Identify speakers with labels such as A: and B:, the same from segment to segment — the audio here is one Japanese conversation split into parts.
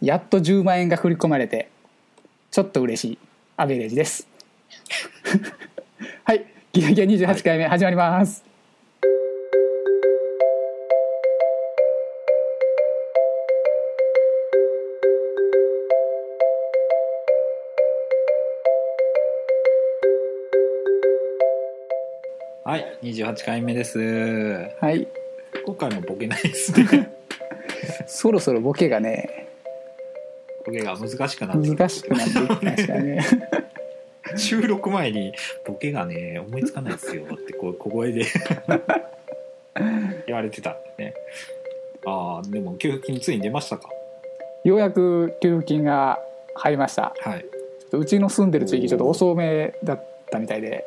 A: やっと10万円が振り込まれてちょっと嬉しいアベレージですはいギラギラ28回目始まります、
B: はい、28回目です。今
A: はい
B: 回もボケないです ね。
A: そろそろボケがね
B: ボケが難しくなって
A: 難しくなってきましたね
B: 収録前にボケがね、思いつかないですよってこう小 声で言われてたんでね。ああ、でも給付金ついに出ましたか。
A: ようやく給付金が入りました
B: はい。
A: ちょっとうちの住んでる地域ちょっと遅めだったみたいで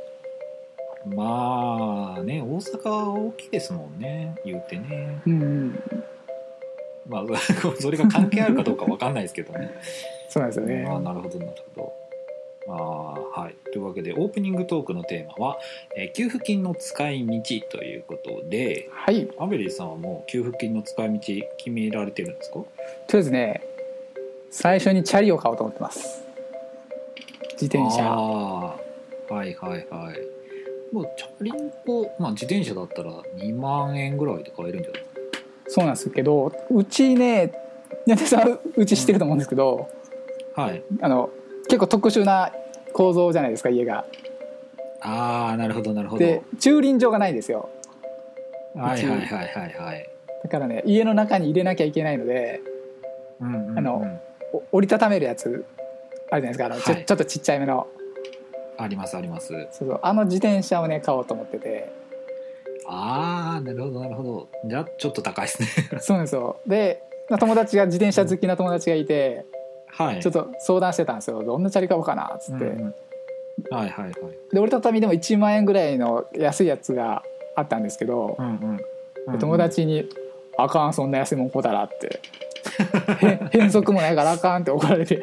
B: まあね、大阪は大きいですもんね、言うてね。
A: うんうん
B: まあ、 それが関係あるかどうかわかんないですけどね。
A: そうなんですよね
B: あーなるほどなるほどあーはいというわけでオープニングトークのテーマは、えー給付金の使い道ということで
A: はいとり
B: アベリーさんはもう給付金の使い道決められてるんですか
A: あえずね最初にチャリを買おうと思ってます自転車
B: あーはいはいはいもうチャリンコ、まあ、自転車だったら2万円ぐらいで買えるんじゃない
A: そうなんですけどうちね宮根さんうち知ってると思うんですけど、
B: はい
A: あの結構特殊な構造じゃないですか家が
B: ああなるほどなるほどは
A: で
B: い
A: 駐輪場がないんですよ
B: はいはいはいはい
A: だからね家の中に入れなきゃいけないので
B: うんうんうん
A: あのお折りたためるやつあるじゃないですかあの、ちょ
B: はい
A: ちょっとちっちゃいめの
B: ありますあります
A: そうそうあの自転車をね買おうと思ってて
B: ああなるほどなるほどじゃあちょっと高いですね
A: そうなんですよでまあ友達が自転車好きな友達がいて
B: はい
A: ちょっと相談してたんですよどんなチャリ買おうかなっつって、
B: うんうんはいはいはい。
A: で折りたたみでも1万円ぐらいの安いやつがあったんですけど、
B: うんうん
A: で友達に「あかんそんな安いもんこうたら」って「へ 変則もないからあかん」って怒られて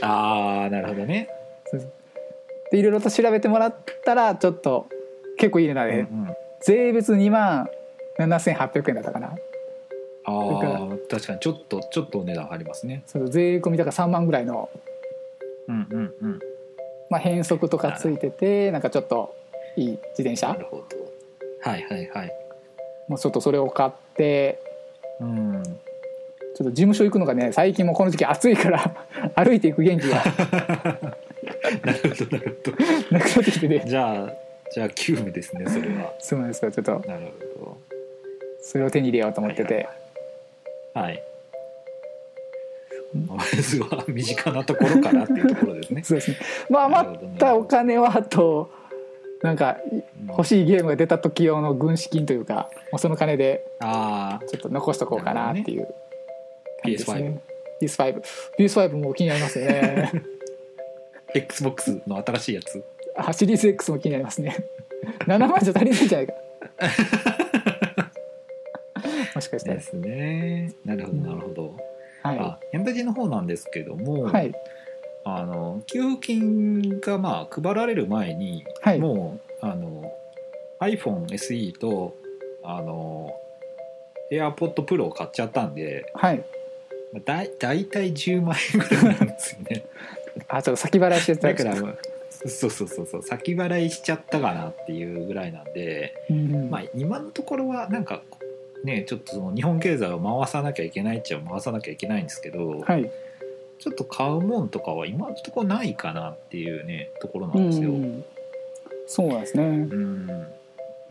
B: ああなるほどね。
A: でいろいろと調べてもらったらちょっと結構いい値段で、
B: うんうんあ
A: 税別2万7800円だったかな
B: あー確かにちょっとちょっとお値段ありますね。
A: そう税込みだから3万ぐらいの、
B: うんうんうん。
A: まあ、変則とかついててなんかちょっといい自転
B: な
A: 車
B: るほど。はいはいはい。
A: もうちょっとそれを買って
B: うん。
A: ちょっと事務所行くのがね最近もうこの時期暑いから 歩いていく元気が
B: なるほどなるほ
A: なくなってきて
B: ど。
A: て
B: じゃあじゃあ急務ですねそれは。
A: そうなんですよちょっと
B: なるほ
A: それを手に入れようと思ってて
B: ど。はい。まずは身近なところからっていうところですね。
A: そうですねまあ余ったお金はあとなんか 欲し
B: しい。
A: いゲームが出た時用の軍資金というかもうその金で
B: あ
A: ちょっと残しとこうかなっていう感じですね PS5 PS5 もう気になりますよね
B: あ Xbox の新しいやつ。
A: あシリーズ X も気になりますね 7万じゃ足りないんじゃ ないかもしかしたら
B: で、すね。なるほどなるほど。
A: は
B: あヘンタジの方なんですけども、
A: い、はい、
B: あの給付金がまあ配られる前に、
A: はい
B: もうあの iPhoneSE とあの AirPod Pro を買っちゃったんで
A: はい
B: だい大体10万円ぐらいなんですよ ね
A: あちょっと先払いしてた
B: だからそうそうそうそう先払いしちゃったかなっていうぐらいなんで、
A: うんうん
B: まあ、今のところはなんかねちょっとその日本経済を回さなきゃいけないっちゃ回さなきゃいけないんですけど、
A: はい、
B: ちょっと買うもんとかは今のところないかなっていうねところなんですよ。
A: うんうんそうなんですね
B: うん、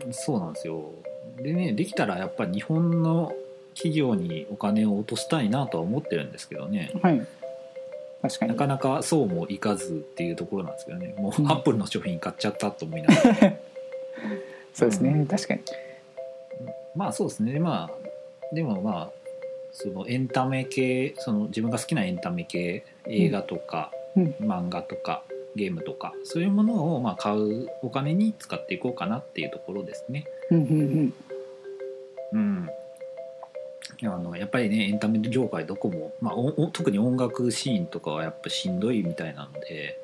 B: そうなんですよ。でね、できたらやっぱり日本の企業にお金を落としたいなとは思ってるんですけどね、
A: はい確か
B: な
A: に
B: かなかそうもいかずっていうところなんですけどね、もう
A: うん
B: アップルの商品買っちゃったと思いながら、
A: そうです
B: う
A: ね確かに
B: まあそうですね、まあ、でもまあ、そのエンタメ系、その自分が好きなエンタメ系、映画とか、
A: うん
B: 漫画とか、ゲームとか、そういうものをまあ買うお金に使っていこうかなっていうところですね。
A: うんうん
B: うん、あのやっぱりねエンタメ業界どこも、まあ、おお特に音楽シーンとかはやっぱしんどいみたいなので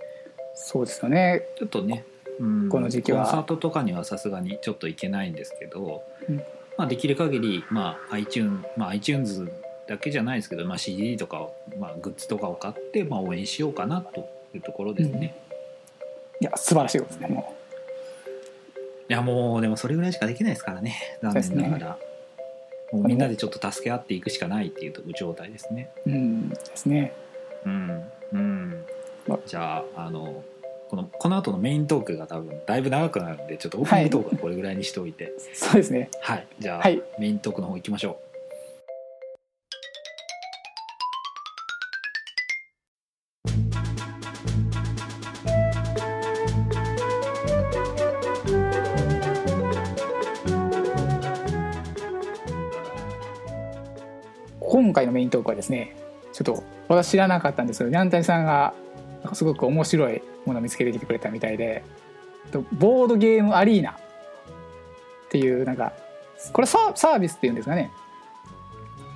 A: そうですよね
B: ちょっとね、うん、
A: この時期は
B: コンサートとかにはさすがにちょっと行けないんですけど、
A: うん
B: まあ、できる限りまあ、iTunes まあ、iTunes だけじゃないですけど、まあ、CD とかを、まあ、グッズとかを買って、まあ、応援しようかなというところですね、
A: いや素晴らしいことですねも
B: いやもうでもそれぐらいしかできないですからね残念ながら、もうみんなでちょっと助け合っていくしかないっていう状態ですね
A: ううんですね
B: うんうん
A: ま
B: じゃああのこのこの後のメイントークが多分だいぶ長くなるんでちょっとオープニングトークはこれぐらいにしておいて
A: そうですね
B: はい、じゃあ、
A: はい
B: メイントークの方行きましょ
A: 今回のメイントークはですねちょっと私知らなかったんですけどニャンタニさんがなんかすごく面白いものを見つけてきてくれたみたいでとボードゲームアリーナっていうなんかこれサーサービスっていうんですかね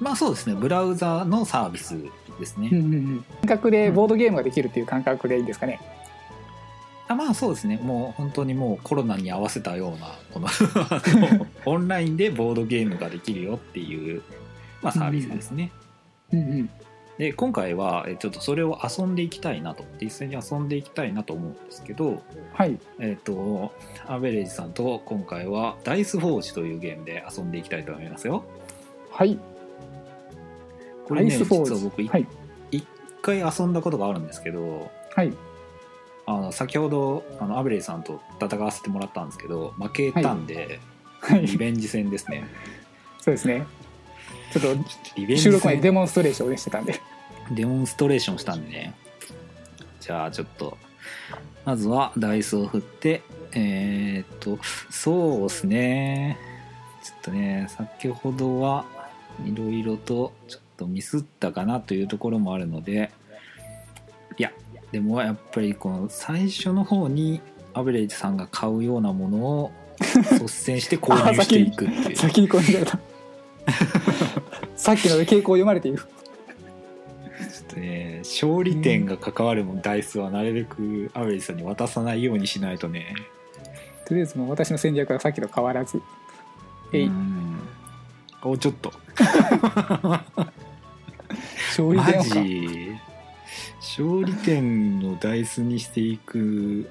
B: うまあそうですねブラウザのサービスですね、
A: うんうんうん感覚でボードゲームができるっていう感覚でいいんですかね
B: あまあそうですねもう本当にもうコロナに合わせたようなこ のあのオンラインでボードゲームができるよっていう、まあ、サービスですね、
A: うんうん
B: で今回はえちょっとそれを遊んでいきたいなと実際に遊んでいきたいなと思うんですけど
A: はい
B: えっ、とアベレージさんと今回はダイスフォージというゲームで遊んでいきたいと思いますよ
A: はい
B: これね
A: アイ
B: 実
A: スフォージ
B: は僕一
A: はい
B: 回遊んだことがあるんですけど
A: はい
B: あの先ほどあのアベレージさんと戦わせてもらったんですけど負けたんで、
A: はい
B: リベンジ戦ですね
A: そうですねちょっ
B: リ
A: と
B: ベンジ
A: 収録前に
B: 戦
A: デモンストレーションをしてたんで
B: デモンストレーションしたんでねじゃあちょっとまずはダイスを振ってえー、っとそうですねちょっとね先ほどはいろいろとちょっとミスったかなというところもあるのでいやでもやっぱりこの最初の方にアベレージさんが買うようなものを率先して購入してい くっていう
A: 先にこう見ら れたさっきの傾向を読まれている
B: ちょっとね勝利点が関わるもんダイスはなるべくアベレージさんに渡さないようにしないとね
A: とりあえずもう私の戦略はさっきと変わらずえい
B: うんおちょっと
A: 勝利
B: マ
A: 点をか
B: ジ勝利点のダイスにしていく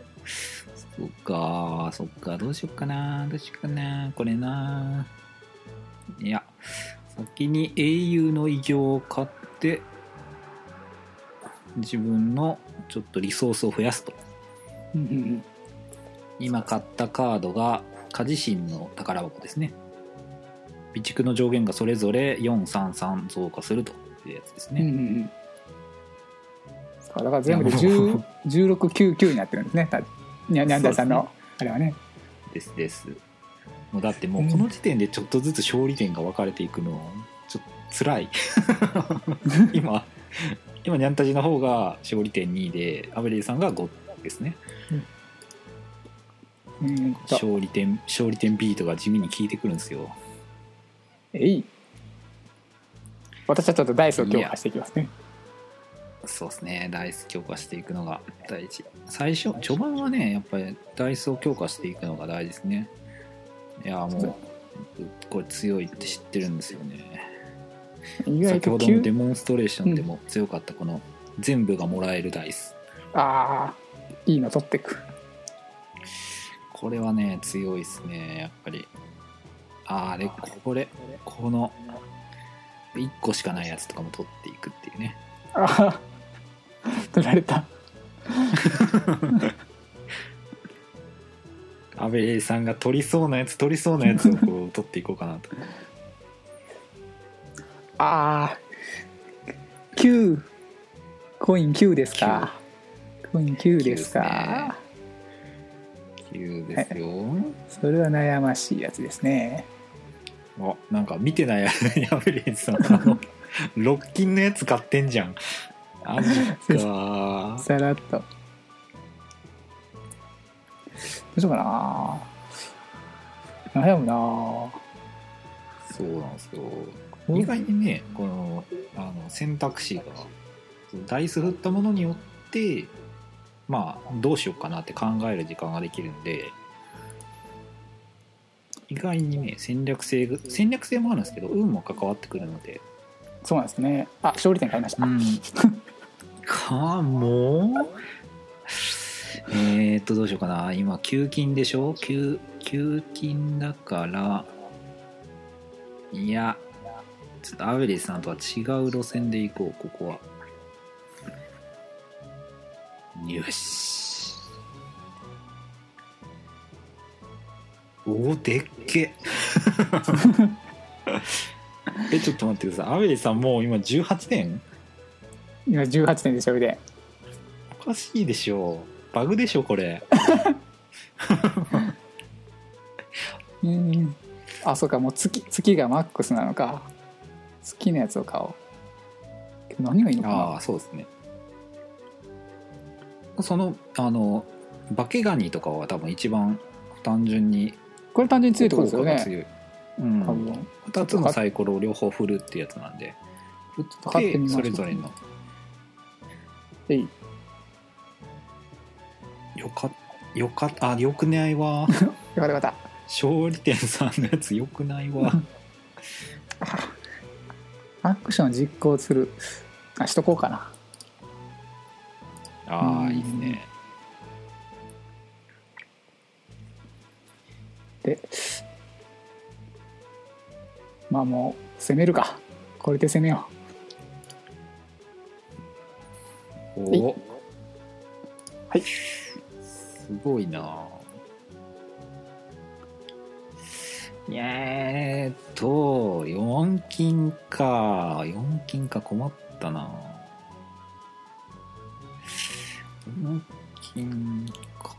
B: そっかそっかどうしよっかなどうしよっかなこれないや先に英雄の異常を買って自分のちょっとリソースを増やすと
A: うんうんうん
B: 今買ったカードが家自身の宝箱ですね備蓄の上限がそれぞれ433増加するというやつです
A: うんう
B: ね、
A: んうんそうだから全部で10 1699になってるんですねたにゃにゃんださんのあれはね
B: ですですもうだってもうこの時点でちょっとずつ勝利点が分かれていくのちょっと辛い今今ニャンタジの方が勝利点2でアベレージさんが5ですね
A: うんと
B: 勝利点勝利点ビートが地味に効いてくるんですよ
A: えい私はちょっとダイスを強化していきますね
B: そうですね、ダイス強化していくのが大事。最初、序盤はね、やっぱりダイスを強化していくのが大事ですね。いや、もう、これ強いって知ってるんですよね。
A: 意外
B: 先ほ
A: と
B: どの
A: 急
B: デモンストレーションでも強かった、この全部がもらえるダイス。
A: ああいいの取ってく
B: これはね、強いですね、やっぱり。ああ、で、これ、この、1個しかないやつとかも取っていくっていうね。
A: ああ 取られた
B: 安倍さんが取りそうなやつ、取りそうなやつをこう取っていこうかなと。
A: ああ9コイン9ですかコイン9ですか
B: 9ですよ。
A: それは悩ましいやつですね
B: あなんか見て ないアベレージさん あのロッキンのやつ買ってんじゃんあマジか
A: さらっとどうしようかな悩むな
B: そうなんですよ意外にねこのあの選択肢がダイス振ったものによってまあどうしようかなって考える時間ができるんで意外にね戦略性が戦略性もあるんですけど運も関わってくるので
A: そうなんですねあ勝利点買いました、
B: うん。かもえーっと、どうしようかな。今、給金でしょ給、給金だから、いや、ちょっとアベレージさんとは違う路線で行こう、ここは。よし。おお、でっけえ、ちょっと待ってください。アベレージさんもう今18点
A: 今18点で勝利点
B: おかしいでしょバグでしょこれ
A: うんあそうかもう月月がマックスなのか月のやつを買おうけど何がいいのかな
B: ああそうですねそのあのバケガニとかは多分一番単純に
A: これ単純に強いってことですよ
B: 効果が
A: ね
B: 強いうん、
A: 多分
B: 2つのサイコロを両方振るってやつなんで振
A: と買って
B: っ
A: み
B: て
A: ます
B: それぞれの
A: えい
B: よかよかあよくな いわ
A: よかったよかっ
B: 勝利点さんのやつよくない わ
A: たアクションを実行するあしとこうかな
B: あ
A: う
B: あ
A: ん
B: いいですね
A: まあもう攻めるかこれで攻めよ
B: おお
A: はい
B: すごいなえーっと4金か4金か困ったな4金か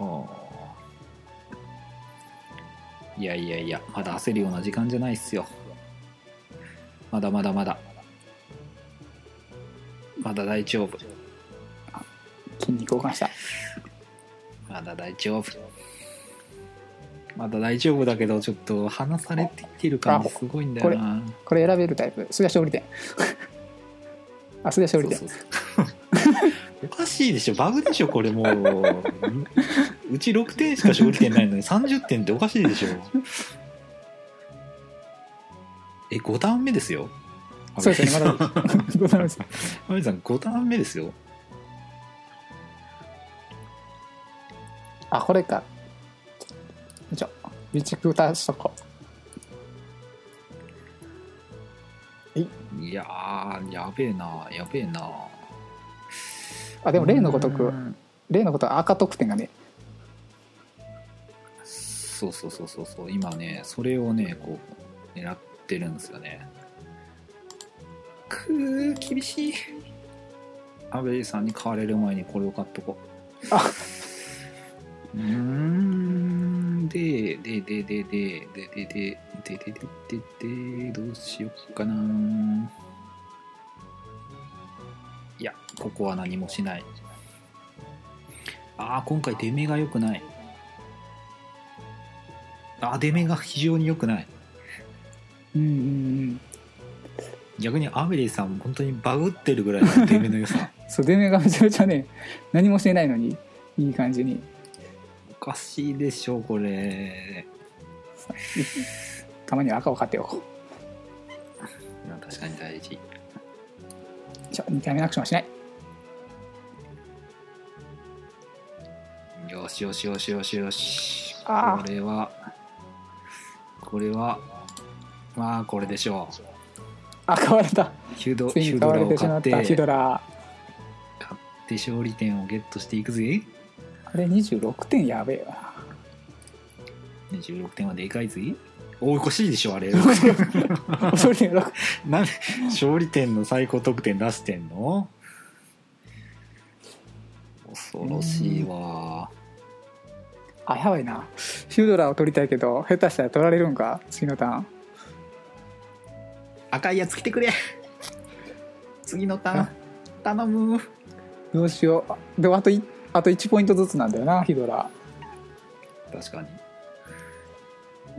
B: いやいやいやまだ焦るような時間じゃないっすよまだまだまだまだ大丈夫
A: う筋肉交換した
B: まだ大丈夫。まだ大丈夫だけど、ちょっと離されてきてる感じすごいんだよな。
A: これ選べるタイプそれは勝利点 あそれは勝利点
B: そうそう そうおかしいでしょ、バグでしょ、これもう。 んうち6点しか勝利点ないのに30点っておかしいでしょ。え、5段目ですよ。
A: そうですよねま だございます
B: マミさん、5段目ですよ。
A: あこれかよいしょ備蓄足しとこ
B: いやー、やべえな、やべえな。
A: うあでも例のごと
B: う
A: く
B: ん
A: 例のごとく赤得点がね
B: そうそうそうそうそう今ねそれをねこう狙ってるんですよねくー厳しいアベリさんに買われる前にこれを買っとこ
A: あ
B: ううーんでででででででででででででどうしようかないやここは何もしないああ今回出目が良くないあ出目が非常に良くない
A: うんうんうん
B: 逆にアメリーさん本当にバグってるぐらいの出目の 良さ
A: そう出目がめちゃめちゃね何もしてないのにいい感じに
B: おかしいでしょこれ
A: たまには赤を買っておこう
B: いや確かに大事
A: じゃ2回目のアクションはしない
B: よしよしよしよしよし
A: あー
B: これはこれはまあこれでしょう
A: あ買われた
B: ヒュド
A: つい
B: ヒ
A: に買
B: ュド
A: わ
B: ラ
A: れ
B: を
A: てし
B: 買
A: ま
B: っ
A: ってたヒド
B: で
A: ラ
B: 勝利点をゲットしていくぜ
A: あれ26点やべえわ
B: 26点はでかいぜおかしいでしょあれ
A: 勝利点6
B: なんで 勝利点の最高得点出してんの恐ろしいわ
A: あやばいなヒュドラを取りたいけど下手したら取られるんか次のターン
B: 赤いやつ来てくれ次のターン頼む
A: どうしようあでもあといあと1ポイントずつなんだよなヒドラ
B: 確かに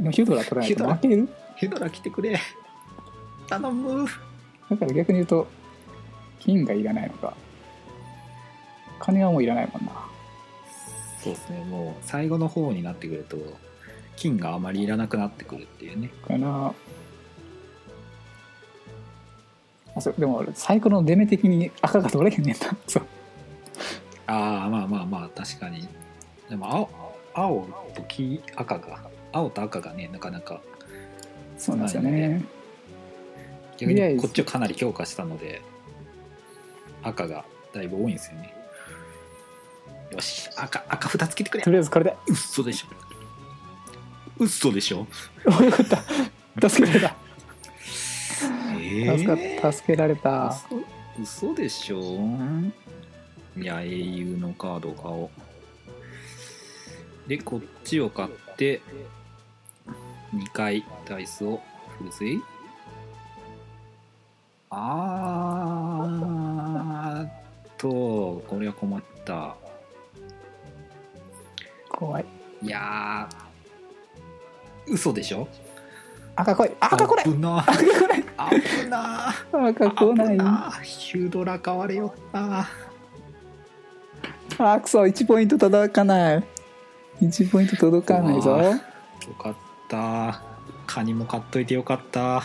A: もうヒドラ取らない
B: ヒド
A: と
B: ラ
A: 負ける
B: ヒドラ来てくれ頼む
A: だから逆に言うと金がいらないのか金はもういらないもんな
B: そうですねもう最後の方になってくると金があまりいらなくなってくるっていうね
A: かなあそうでも俺サイコロの出目的に赤が取れへんねんな そう
B: ああまあまあまあ確かにでも青青と黄赤が青と赤がねなかなか
A: そうなんですよ
B: ない
A: ね
B: 逆
A: とりあえ
B: に
A: ず
B: こっちをかなり強化したので赤がだいぶ多いんですよねよし赤赤2つけてくれ
A: とりあえずこれで
B: 嘘でしょ嘘でしょ
A: およか った助けられた
B: え
A: 助かった助けられた
B: 嘘嘘でしょいや英雄のカードを買おうでこっちを買って2回ダイスを振るぜあーっとこれは困った
A: 怖い
B: いやー嘘でしょ
A: 赤来い赤来ない
B: 危な
A: 赤来ない
B: 危な
A: 赤来ない
B: 危なヒュードラ買われよった
A: あくそ1ポイント届かない1ポイント届かないぞ
B: うわよかったカニも買っといてよかった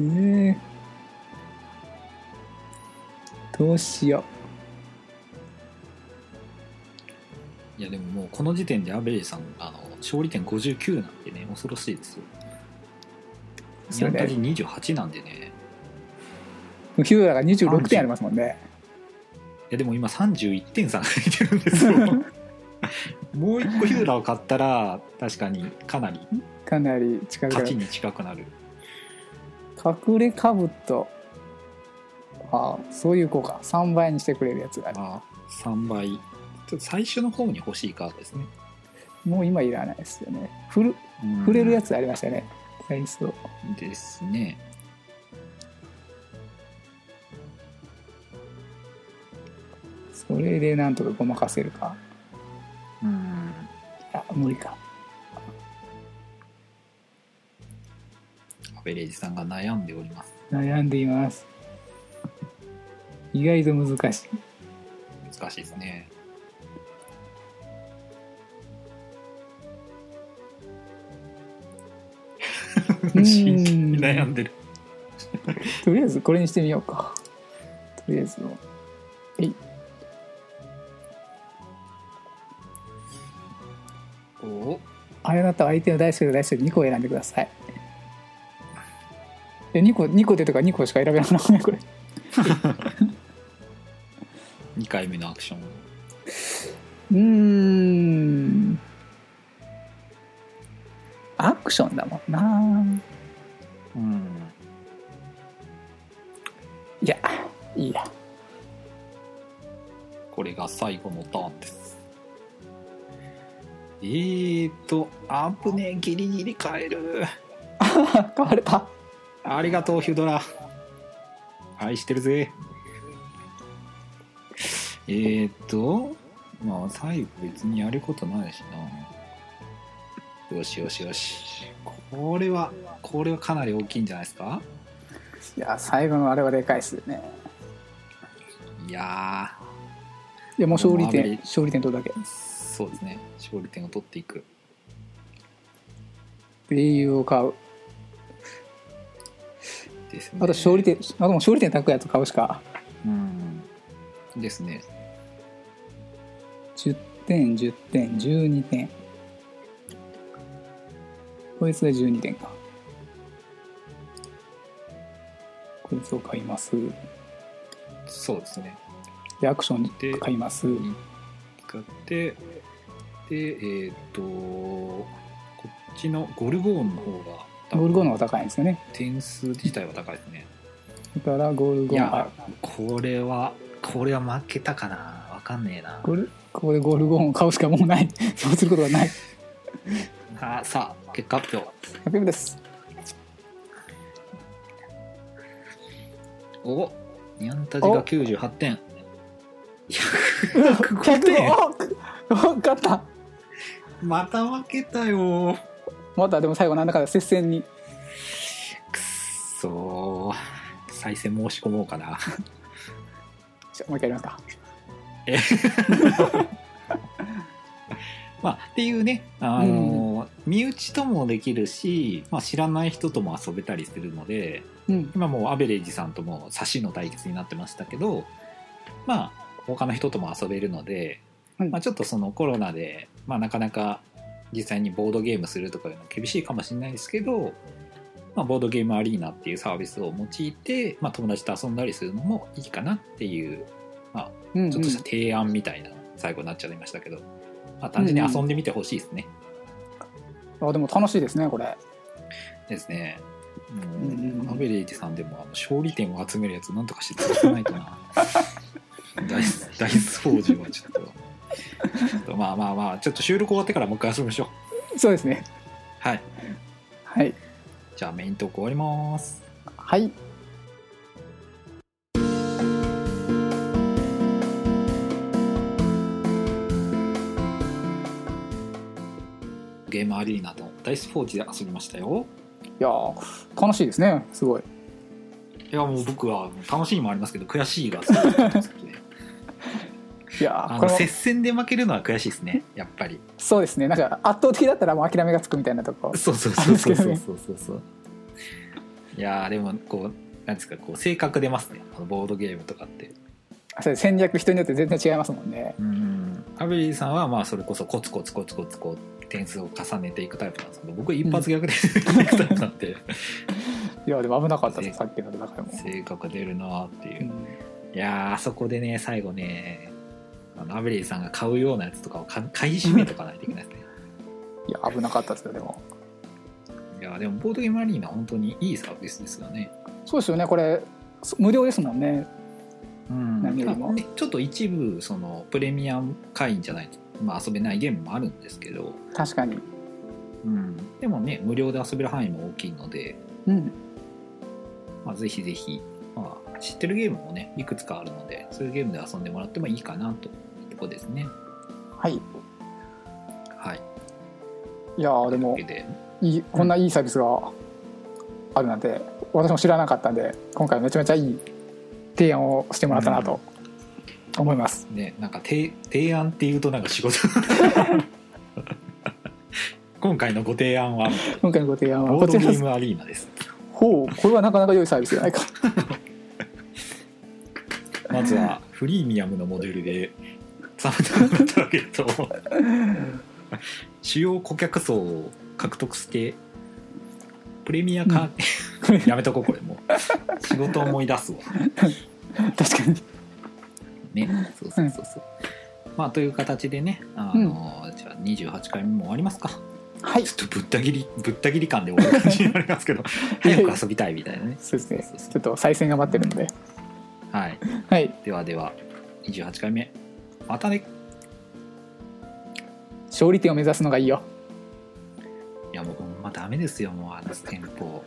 A: えーどうしよ
B: いやでももうこの時点でアベレージさんあの勝利点59なんでね恐ろしいですよ
A: う
B: ニ
A: そ
B: ャ
A: れ
B: ンタ
A: で
B: ジ28なんでね
A: ヒューラが26点ありますもんね
B: いやでも今31点差が入ってるんで すよもう一個ヒューラを買ったら確かにかなり
A: かなり近くな
B: 勝ち
A: る
B: に近くなる
A: 隠れかぶとああそういう効果3倍にしてくれるやつがある
B: まあ3倍ちょっと最初の方に欲しいカードですね
A: もう今いらないですよね振る触れるやつありましたねダイスを
B: ですね。
A: それでなんとかごまかせるか
B: うん。
A: あ無理か
B: アベレージさんが悩んでおります。
A: 悩んでいます意外と難しい
B: 難しいですね。
A: うん
B: 真剣に 悩んでる。
A: とりあえずこれにしてみようかとりあえずの
B: おお
A: あれだったら相手の大好きな大好き2個選んでくださいえ2個2個でとか2個しか選べなくなるねこれ
B: 2回目のアクション。
A: うーんアクションだもんな
B: うん。
A: いやいいや
B: これが最後のターンです。えーと、アンプねギリギリ変える。
A: あ変われた
B: ありがとう、ヒュドラ。愛してるぜ。えーっと、まあ、最後別にやることないしな。よしよしよし。これは、これはかなり大きいんじゃないですか
A: いや最後のあれはでかいっすよね
B: いや
A: いやもう勝利
B: もうあま
A: 点
B: り
A: 勝利点取るだ
B: ー、そうですね。勝利点を取っていく。
A: け英雄を買う
B: です
A: あ
B: ね。
A: と勝利点あともう勝利点高いやつ買うしか
B: うん。ですね。
A: 10点10点12点こいつが12点かこいつを買います
B: そうですね。
A: でアクショ
B: で
A: ン買います
B: 使ってでえっ、とこっちのゴルゴーンの方が多分
A: ゴルゴンの方が高いんですよね
B: 点数自体は高いですね
A: だからゴル
B: い
A: ゴン
B: や
A: あ
B: これはこれは負けたかなわかんねえな
A: ゴルここでゴルゴンを買うしかもうない そうすることはない
B: あさあ結果発表
A: ハッピーです
B: おニャンタジが
A: お
B: 98点
A: 100点お勝った
B: また負けたよ
A: またでも最後なんだかんだ接戦に
B: くっそー再戦申し込もうかな
A: じゃあもう一回やりますか
B: まあ、っていうね、あの身内ともできるし、まあ、知らない人とも遊べたりするので
A: うん
B: 今もうアベレージさんとも差しの対決になってましたけどまあ他の人とも遊べるので、
A: はい
B: まあ、ちょっとそのコロナで、まあ、なかなか実際にボードゲームするとかいうのは厳しいかもしれないですけど、まあ、ボードゲームアリーナっていうサービスを用いて、まあ、友達と遊んだりするのもいいかなっていう
A: うん
B: ちょっとした提案みたいな最後になっちゃいましたけど、まあ、単純に遊んでみてほしいですね。
A: うんあでも楽しいですねこれ
B: ですね。もう
A: うんうん
B: アベレージさんでもあの勝利点を集めるやつなんとかして作らないと な。ダイスダイスフォージはちょっと。ちょっとまあまあまあちょっと収録終わってからもう一回遊びましょう。
A: そうですね
B: はい。
A: はい
B: じゃあメイントーク終わります。
A: はい
B: ゲームアリーナとダイスフォージで遊びましたよ。
A: いやー楽しいですねすごい
B: いやもう僕は楽しいもありますけど悔しいがすごい好きで
A: いやー
B: あ
A: こ
B: の
A: れも
B: 接戦で負けるのは悔しいですねやっぱり。
A: そうですねなんか圧倒的だったらもう諦めがつくみたいなとこ
B: そうそうそうそうそうそうそうそう。いやーでもこうなんですかこう性格出ますねあのボードゲームとかって。
A: それ戦略人によって全然違いますもんね
B: うん。アベリーさんはまあそれこそコツコツコツコツこう点数を重ねていくタイプなんですけど僕は一発逆でいくタイプなん で
A: いやでも危なかったです
B: ね
A: さっきの中でも、
B: 性格出るなーっていうう。
A: ん
B: いやーあそこでね最後ねあのアベリーさんが買うようなやつとかをか買い占めとかないといけないですね。
A: いや危なかったですよでも
B: いやーでもボードゲームアリーナ本当にいいサービスですよね。
A: そうですよねこれそ無料ですもんね
B: うん
A: 何よりも
B: まあねちょっと一部そのプレミアム会員じゃないと、まあ、遊べないゲームもあるんですけど、
A: 確かに
B: うん、でもね無料で遊べる範囲も大きいので、
A: うん
B: まあ、ぜひぜひ、まあ、知ってるゲームもねいくつかあるのでそういうゲームで遊んでもらってもいいかなというとこですね。
A: はい
B: はい、
A: いやーでも
B: というわけで
A: いいこんないいサービスがあるなんて私も知らなかったんで今回めちゃめちゃいい提案をしてもらったなと思います、
B: ねなんか提提案っていうとなんか 仕事今回のご提案は
A: 今回のご提案は
B: ボ
A: こ
B: ード
A: ち
B: ゲ
A: らで
B: ー
A: す
B: ムアリーナです。
A: ほうこれはなかなか良いサービスじゃないか
B: まず はフリーミアムのモデルでさまざまなターゲットを主要顧客層を獲得してプレミア化、 やめとこうこれもう仕事思い出すわ
A: 確かに
B: ねそうそうそうそう、まあという形でねあの、じゃあ28回目も終わりますか
A: はい
B: ちょっとぶった切りぶった切り感で終わる感じになりますけ ど早く遊びたいみたいなね
A: そうですね
B: そうそう
A: ちょっと再選が待ってるので
B: はい
A: はい
B: ではでは28回目またね
A: 勝利点を目指すのがいいよ
B: いやもうほんまダメですよもうあの店舗